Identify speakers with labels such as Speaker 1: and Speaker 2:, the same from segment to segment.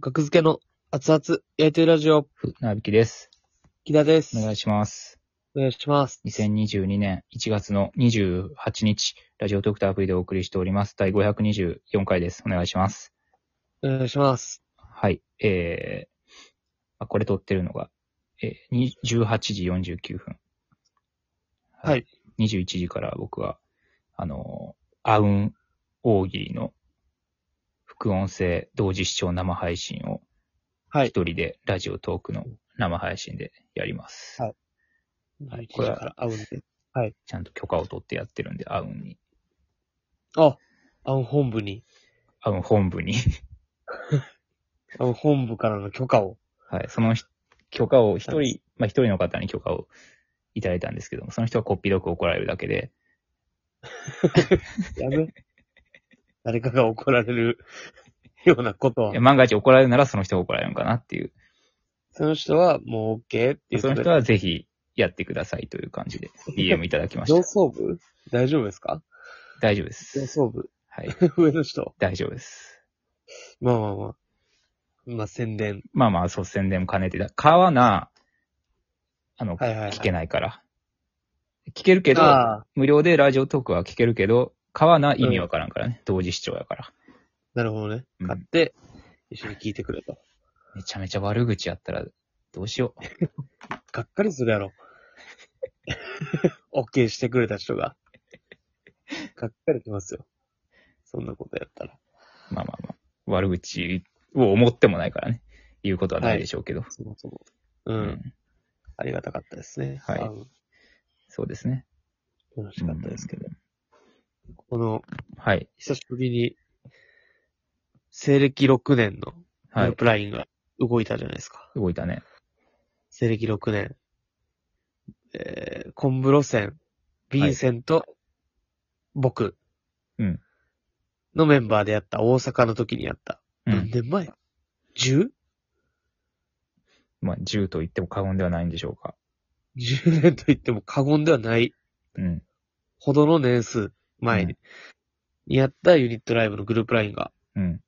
Speaker 1: 学付けの熱々焼いてるラジオ、
Speaker 2: なびきです。
Speaker 1: 木田です。
Speaker 2: お願いします。
Speaker 1: お願いします。
Speaker 2: 2022年1月の28日、ラジオドクターアプリでお送りしております。第524回です。お願いします。
Speaker 1: お願いします。
Speaker 2: はい。えー、あこれ撮ってるのが、えーに、18時49分。
Speaker 1: はい。
Speaker 2: 21時から僕は、あのー、アウン大喜利の副音声同時視聴生配信を
Speaker 1: は
Speaker 2: 一
Speaker 1: い。
Speaker 2: 人でラジオトークの生配信でやります。
Speaker 1: はい
Speaker 2: はい
Speaker 1: 記事から会うんで。
Speaker 2: ちゃんと許可を取ってやってるんで、アウンに、
Speaker 1: あ、あの本部に、
Speaker 2: アウン本部に、
Speaker 1: あの本部からの許可を。
Speaker 2: はい、そのひ許可を一人、まあ一人の方に許可をいただいたんですけども、その人はこっぴどく怒られるだけで、
Speaker 1: や め。誰かが怒られる ようなこと
Speaker 2: いや
Speaker 1: は。
Speaker 2: 万が一怒られるならその人が怒られるのかなっていう、
Speaker 1: その人はもう OK っていう
Speaker 2: そ
Speaker 1: こ
Speaker 2: の
Speaker 1: とで。
Speaker 2: 人はぜひやってくださいという感 じで DM いただきまし
Speaker 1: 上
Speaker 2: た。
Speaker 1: 層部大丈夫ですか
Speaker 2: 大丈夫で
Speaker 1: 上
Speaker 2: す。
Speaker 1: 層部。
Speaker 2: はい、
Speaker 1: 上の人。
Speaker 2: 大丈夫です。
Speaker 1: まあまあまあ。まあ宣伝。
Speaker 2: まあまあ、そう、宣伝も兼ねてだ、買わな、あの、
Speaker 1: はいはいはい
Speaker 2: 聞けないから。聞けるけど、
Speaker 1: ああ、
Speaker 2: 無料でラジオトークは聞けるけど、買わな意味わからんからね、同時視聴やから。
Speaker 1: なるほどね。
Speaker 2: うん
Speaker 1: 買って、一緒に聞いてくれと。
Speaker 2: めちゃめちゃ悪口やったら、どうしよう。
Speaker 1: がっかりするやろ。OK してくれた人が。がっかりきますよ。そんなことやったら。
Speaker 2: まあまあまあ。悪口を思ってもないからね。言うことはないでしょうけど。
Speaker 1: そもそも。う。
Speaker 2: うんん。
Speaker 1: ありがたかったですね。
Speaker 2: はい
Speaker 1: あの
Speaker 2: そうですね。
Speaker 1: 楽しかったですけど。この、
Speaker 2: はい。
Speaker 1: 久しぶりに、西暦6年の
Speaker 2: は
Speaker 1: ヘル
Speaker 2: い。
Speaker 1: プラインが動いたじゃないですか。
Speaker 2: 動いたね。
Speaker 1: 西暦6年。えー、コンブロセン、ビンセント、僕。
Speaker 2: うん
Speaker 1: のメンバーでやった、大阪の時にやった。
Speaker 2: う
Speaker 1: 何
Speaker 2: ん。
Speaker 1: 年前 ?10?10
Speaker 2: まあ、銃と言っても過言ではないんでしょうか。
Speaker 1: 年と言っても過言ではない
Speaker 2: うん。
Speaker 1: ほどの年数前にやったユニットライブのグループラインが、
Speaker 2: うん。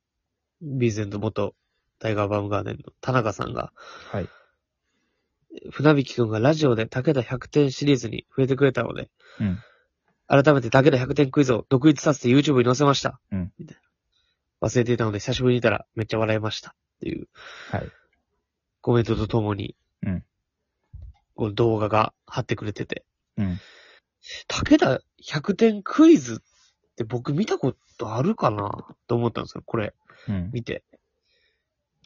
Speaker 1: ビンセント元タイガーバウムガーデンの田中さんが、
Speaker 2: はい。
Speaker 1: 船引くんがラジオで武田100点シリーズに触れてくれたので、
Speaker 2: うん
Speaker 1: 改めて武田100点クイズを独立させて YouTube に載せました。
Speaker 2: うん
Speaker 1: みたいな忘れていたので久しぶりにいたらめっちゃ笑いました。っていう
Speaker 2: はい。
Speaker 1: コメントとともに、
Speaker 2: うん
Speaker 1: この動画が貼ってくれてて、
Speaker 2: うん。
Speaker 1: 武田100点クイズって僕見たことあるかなと思ったんですよ、これ
Speaker 2: うん。
Speaker 1: 見て。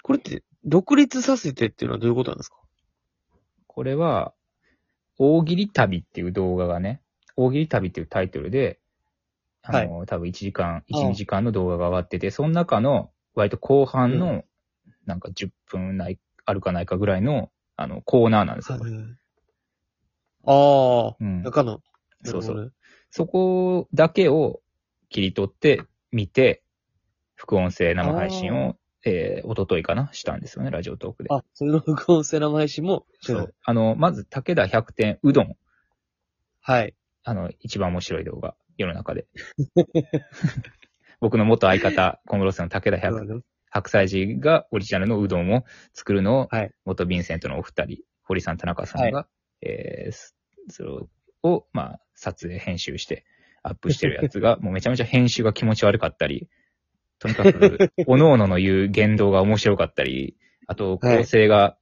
Speaker 1: これって独立させてっていうのはどういうことなんですか
Speaker 2: これは、大喜利旅っていう動画がね、大喜利旅っていうタイトルで、あの、多分1時間、
Speaker 1: ああ
Speaker 2: 1、2時間の動画が上がってて、その中の、割と後半の、なんか10分ない、あるかないかぐらいの、あの、コーナーなんですよ。
Speaker 1: ああ、
Speaker 2: うん。
Speaker 1: 中の。
Speaker 2: そうそう。
Speaker 1: う。
Speaker 2: そこだけを切り取って、見て、副音声生配信を、えー、おとといかな、したんですよね、ラジオトークで。
Speaker 1: あ、それの副音声生配信も、
Speaker 2: そう。あの、まず、武田100点うどん。
Speaker 1: はい。
Speaker 2: あの、一番面白い動画、世の中で。 僕の元相方、小室さんの武田
Speaker 1: そう
Speaker 2: 百
Speaker 1: だね
Speaker 2: 白菜寺がオリジナルのうどんを作るのを、
Speaker 1: はい
Speaker 2: 元ヴィンセントのお二人、堀さん、田中さんが、えーすそれを、まあ、撮影、編集して、アップしてる やつが、もうめちゃめちゃ編集が気持ち悪かったり、とにかく、 おののの言う言動が面白かったり、あと、構成が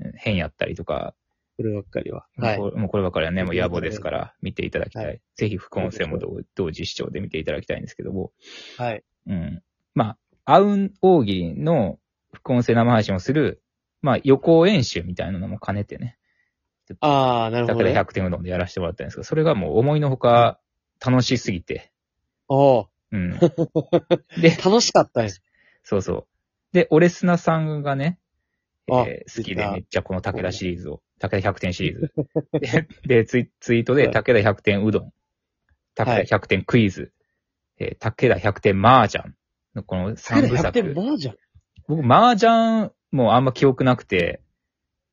Speaker 2: うん変やったりとか、
Speaker 1: こればっかりは。
Speaker 2: もう
Speaker 1: はい。
Speaker 2: これもうこればかりはね、もう野暮ですから、見ていただきたい。
Speaker 1: は
Speaker 2: ぜひ、副音声も同同時視聴で見ていただきたいんですけども、
Speaker 1: はい。
Speaker 2: うん。まあ、アウン大喜利の副音声生配信をする、まあ、予行演習みたいなのも兼ねてね、
Speaker 1: ああ、なる
Speaker 2: だ
Speaker 1: ほ
Speaker 2: か
Speaker 1: ど
Speaker 2: ら
Speaker 1: ね。
Speaker 2: 100点うどんでやらせてもらったんですけど、それがもう思いのほか楽しすぎて、
Speaker 1: おー
Speaker 2: うん。で、
Speaker 1: 楽しかったです。
Speaker 2: そうそう。で、オレスナさんがね、えー
Speaker 1: あ
Speaker 2: 好き
Speaker 1: ツイッ
Speaker 2: で
Speaker 1: ター
Speaker 2: めっちゃこの武田シリーズを、武田100点シリ ーズ。ででツイ、ツイートで武田100点うどん、
Speaker 1: は
Speaker 2: 武
Speaker 1: い
Speaker 2: 田100点クイズ、えー武田100点麻雀のこの3部
Speaker 1: 100
Speaker 2: 作
Speaker 1: 点。マージャン。
Speaker 2: 僕、麻雀もあんま記憶なくて、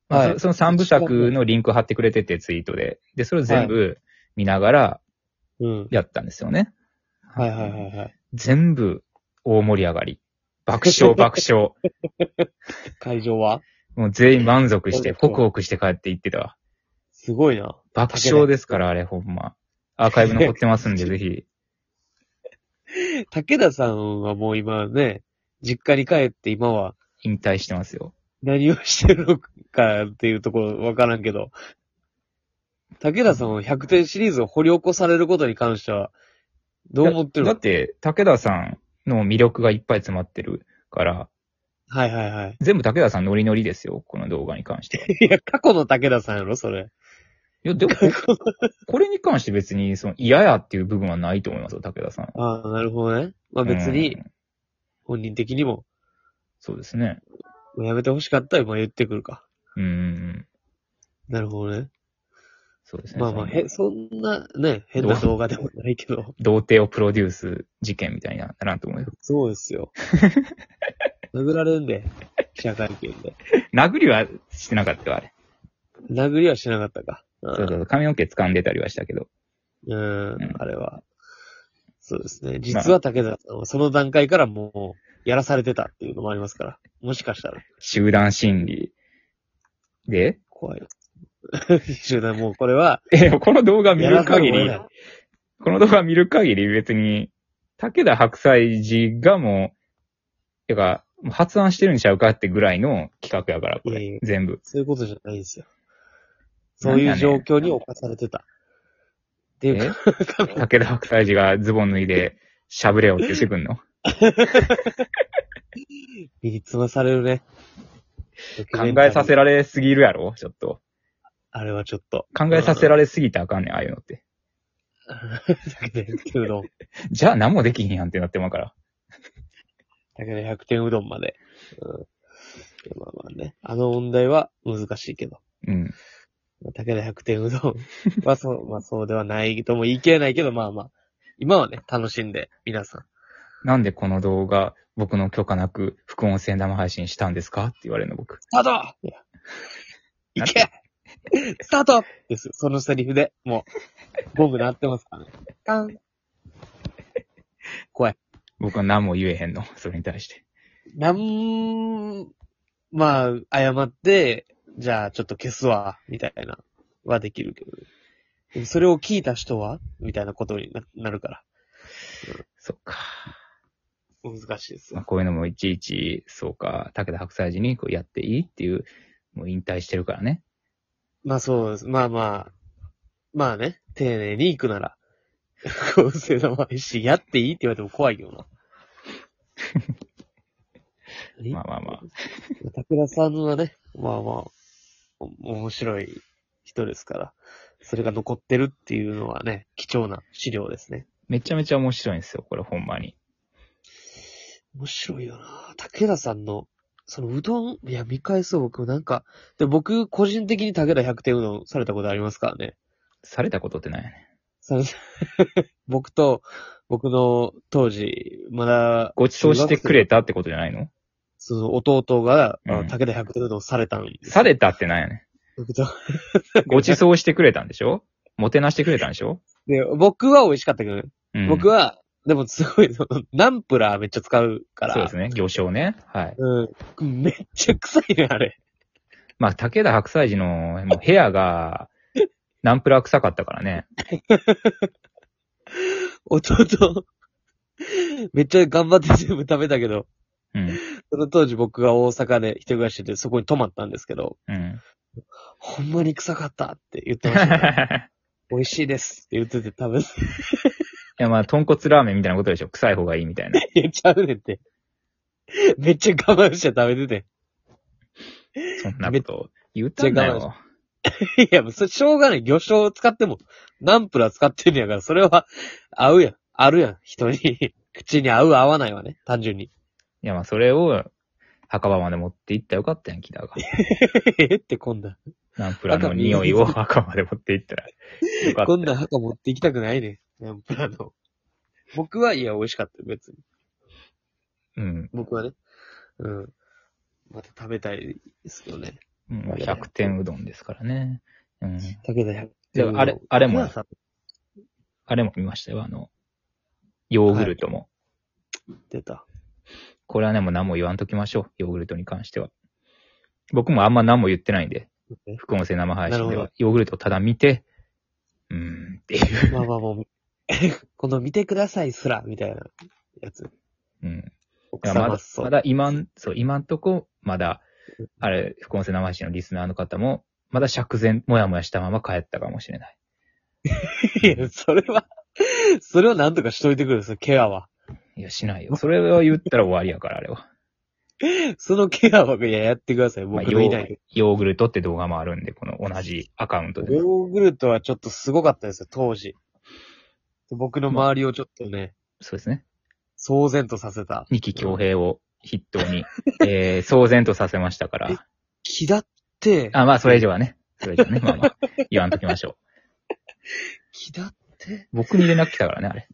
Speaker 2: ま
Speaker 1: は
Speaker 2: あ
Speaker 1: い
Speaker 2: そその3部作のリンク貼ってくれてて、ツイートで。で、それを全部見ながら
Speaker 1: うん。
Speaker 2: やったんですよね。
Speaker 1: はいはいはいはい。
Speaker 2: 全部大盛り上がり。爆笑爆笑。
Speaker 1: 会場は
Speaker 2: もう全員満足して、
Speaker 1: そうで
Speaker 2: ホ
Speaker 1: す
Speaker 2: クホクして帰って行ってたわ。
Speaker 1: すごいな。
Speaker 2: 爆笑ですから、あれ、ほんま。アーカイブ残ってま すんで、ぜひ。
Speaker 1: 武田さんはもう今ね、実家に帰って今は
Speaker 2: 引退してますよ。
Speaker 1: 何をしてるのかっていうところわからんけど、武田さんは100点シリーズを掘り起こされることに関しては、どう思ってる
Speaker 2: だ
Speaker 1: の
Speaker 2: だって、武田さんの魅力がいっぱい詰まってるから、
Speaker 1: はいはいはい。
Speaker 2: 全部武田さんノリノリですよ、この動画に関して は。い
Speaker 1: いや、過去の武田さんやろ、それ。
Speaker 2: や、でも、こ これに関して別に、その、嫌やっていう部分はないと思いますよ、武田さんは。
Speaker 1: ああ、なるほどね。まあ別
Speaker 2: う
Speaker 1: に、
Speaker 2: ん
Speaker 1: 本人的にも、
Speaker 2: そうですね。
Speaker 1: やめてほしかったら今言ってくるか。
Speaker 2: うんうんうん。
Speaker 1: なるほどね。
Speaker 2: そうですね。
Speaker 1: まあまあ、
Speaker 2: その
Speaker 1: へ、そんな、ね、変な動画でもないけ ど。
Speaker 2: 童貞をプロデュース事件みたいにならんと思うよ。
Speaker 1: そうですよ。殴られんで、記者会見で。
Speaker 2: 殴りはしてなかったわ、あれ。
Speaker 1: 殴りはしなかったか。うん
Speaker 2: そうそうそう髪の毛掴んでたりはしたけど。
Speaker 1: うー
Speaker 2: うん
Speaker 1: ん、あれは。そうですね。実は武田さんはその段階からもう、やらされてたっていうのもありますから。もしかしたら。
Speaker 2: 集団心理。で、
Speaker 1: 怖い。集団、もうこれは、
Speaker 2: え、この動画 見
Speaker 1: や
Speaker 2: る
Speaker 1: らざる
Speaker 2: 限
Speaker 1: を得
Speaker 2: り
Speaker 1: ない、。
Speaker 2: この動画見る限り別に、武田白菜寺がもう、てか、もう発案してるんちゃうかってぐらいの企画やから、こ
Speaker 1: いえい
Speaker 2: れ
Speaker 1: え。
Speaker 2: 全部。
Speaker 1: そういうことじゃないんですよ。そういう状況に侵されてた。っていう
Speaker 2: え
Speaker 1: か、
Speaker 2: 武田白菜寺がズボン脱いで、しゃぶれよって言ってく んの
Speaker 1: 身につまされるね。
Speaker 2: 考えさせられすぎるやろちょっと。
Speaker 1: あれはちょっと。
Speaker 2: 考えさせられすぎたらあかんねん、ああいうのって。
Speaker 1: だけ ど、牛丼。
Speaker 2: じゃあ何もできひんやんってなってまうから。
Speaker 1: だけど100点うどんまで。うん。まあまあね。あの問題は難しいけど。
Speaker 2: うん。
Speaker 1: だけど100点うどんはそう、 まあそうではないとも言い切れないけど、まあまあ。今はね、楽しんで、皆さん。
Speaker 2: なんでこの動画、僕の許可なく副音声生配信したんですかって言われるの僕。
Speaker 1: スタートいやいけスタートですよ。そのセリフで、もう、ボム鳴ってますからね。カン。怖い。
Speaker 2: 僕は何も言えへんの、 それに対して。
Speaker 1: なん、まあ、謝って、じゃあちょっと消すわ、みたいな、はできるけど。でもそれを聞いた人はみたいなことにななるから。
Speaker 2: そっか。
Speaker 1: 難しいです
Speaker 2: まあ、
Speaker 1: よ。
Speaker 2: こういうのもいちいち、そうか、武田白菜寺にこうやっていいっていう、もう引退してるからね。
Speaker 1: まあそうです。まあまあ、まあね、丁寧に行くなら、合成の配信やっていいって言われても怖いよ な。
Speaker 2: まあまあまあ。
Speaker 1: 武田さんはね、まあまあ、お面白い人ですから、それが残ってるっていうのはね、貴重な資料ですね。
Speaker 2: めちゃめちゃ面白いんですよ、これほんまに。
Speaker 1: 面白いよな武田さんの、そのうどん、いや、見返そう、僕もなんか、で僕、個人的に武田100点うどんされたことありますからね。
Speaker 2: されたことってないよね。
Speaker 1: その 僕と、僕の当時、まだ、
Speaker 2: ごちそうしてくれたってことじゃないの
Speaker 1: その弟が、あ
Speaker 2: うん
Speaker 1: 武田100点うどんされたんです。
Speaker 2: されたってないよね。
Speaker 1: 僕と
Speaker 2: ごちそうしてくれたんでしょもてなしてくれたんでしょ
Speaker 1: で僕は美味しかったけどね、
Speaker 2: うん。
Speaker 1: 僕は、でもすごい、その、ナンプラーめっちゃ使うから。
Speaker 2: そうですね、行商ね。はい。
Speaker 1: うん。めっちゃ臭いね、あれ。
Speaker 2: まあ、武田白菜寺のもう部屋が、ナンプラー臭かったからね。
Speaker 1: 弟、めっちゃ頑張って全部食べたけど、
Speaker 2: うん。
Speaker 1: その当時僕が大阪で一人暮らししてて、そこに泊まったんですけど、
Speaker 2: うん。
Speaker 1: ほんまに臭かったって言ってました、ね。美味しいですって言ってて食べ
Speaker 2: いや、まあ、豚骨ラーメンみたいなことでしょ。臭い方がいいみたいな。
Speaker 1: て、ちゃうねんって。めっちゃ我慢して食べて
Speaker 2: そんなことを言ったんだ
Speaker 1: めっち
Speaker 2: よ。
Speaker 1: て。いや、もうそれしょうがない。魚醤を使っても、ナンプラー使ってんねやから、それは合うやん。あるやん。人に。 口に合う合わないはね。単純に。
Speaker 2: いや、まあ、それを、墓場まで持って行ったらよかったやん、キダが。
Speaker 1: えってこんなん。
Speaker 2: ナンプラーの 匂いを墓場まで持って行ったらよかった
Speaker 1: こ
Speaker 2: よ。
Speaker 1: んな墓持って行きたくないね。ナンプラーの。僕は、いや、美味しかったよ、別に。
Speaker 2: うん。
Speaker 1: 僕はね。うん。また食べたいですけどね。
Speaker 2: うんまあ100点うどんですからね。うん。
Speaker 1: 武田百
Speaker 2: でもあれあれも
Speaker 1: さん
Speaker 2: あれも見ましたよ、あの、ヨーグルトも。
Speaker 1: 出た。
Speaker 2: これはね、もう何も言わんときましょう。ヨーグルトに関しては。僕もあんま何も言ってないんで、副音声生配信
Speaker 1: な
Speaker 2: で
Speaker 1: るほ
Speaker 2: は。ヨーグルトをただ見て、うーんっていう。
Speaker 1: まあまあもう、 この見てくださいすら、みたいなやつ。
Speaker 2: うん。い
Speaker 1: 奥
Speaker 2: やま
Speaker 1: 様
Speaker 2: だ
Speaker 1: っ、そう。
Speaker 2: まだ今ん、そう、今んとこ、まだ、あれ、副音声生配信のリスナーの方も、まだ釈然、もやもやしたまま帰ったかもしれない。
Speaker 1: いや、それは、それはなんとかしといてくれよ、そのケアは。
Speaker 2: いや、しないよ。それを言ったら終わりやから、あれは。
Speaker 1: そのケアは、いや、やってください。
Speaker 2: まあ
Speaker 1: 僕
Speaker 2: ヨ
Speaker 1: のいない
Speaker 2: ー。ヨーグルトって動画もあるんで、この同じアカウントで。
Speaker 1: ヨーグルトはちょっとすごかったですよ、当時。僕の周りをちょっとね、
Speaker 2: そうですね。
Speaker 1: 騒然とさせた。
Speaker 2: 二木京平を筆頭 に、えー、騒然とさせましたから。
Speaker 1: 気だって、
Speaker 2: あ、まあ、それ以上はね。それ以上はね。まあまあ、言わんときましょう。
Speaker 1: 気だって、
Speaker 2: 僕に連絡来たからね、あれ。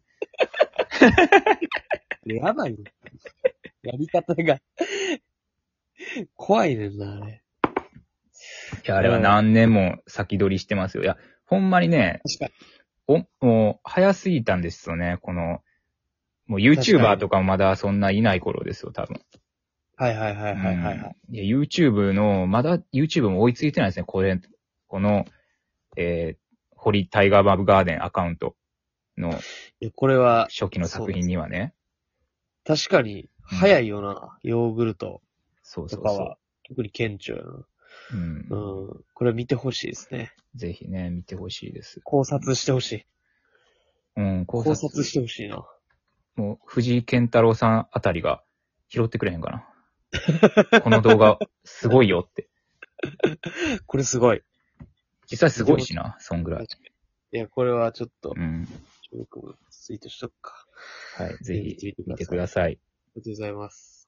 Speaker 1: やばいね。やり方が、怖いねんな、あれ。
Speaker 2: いや、あれは何年も先取りしてますよ。いや、ほんまにね、
Speaker 1: 確かに。
Speaker 2: お、もう、早すぎたんですよね、この、もう
Speaker 1: 確か
Speaker 2: YouTuber
Speaker 1: に
Speaker 2: とかもまだそんないない頃ですよ、多分。
Speaker 1: はいはいはいはいはいはい。
Speaker 2: うんいや、YouTube の、まだ YouTube も追いついてないですね、これ、この、えー、堀タイガーバブガーデンアカウントの
Speaker 1: いやこれは、
Speaker 2: 初期の作品にはね、
Speaker 1: 確かに、早いよな、ヨーグルト
Speaker 2: そうそ
Speaker 1: と
Speaker 2: う
Speaker 1: か
Speaker 2: そ
Speaker 1: は。特に顕著やな。
Speaker 2: う。うん
Speaker 1: う。ん。これは見てほしいですね。
Speaker 2: ぜひね、見てほしいです。
Speaker 1: 考察してほしい。
Speaker 2: うん、考
Speaker 1: 考察してほしいな。
Speaker 2: もう、藤井健太郎さんあたりが拾ってくれへんか な。この動画、すごいよって。
Speaker 1: これすごい。
Speaker 2: 実際すごいしな、そんぐらい。
Speaker 1: いや、これはちょっと
Speaker 2: う、ん。
Speaker 1: 僕もツイートしとくか。
Speaker 2: はい、ぜひ
Speaker 1: 見てみてくださいあり
Speaker 2: 見てください。
Speaker 1: がとうございます。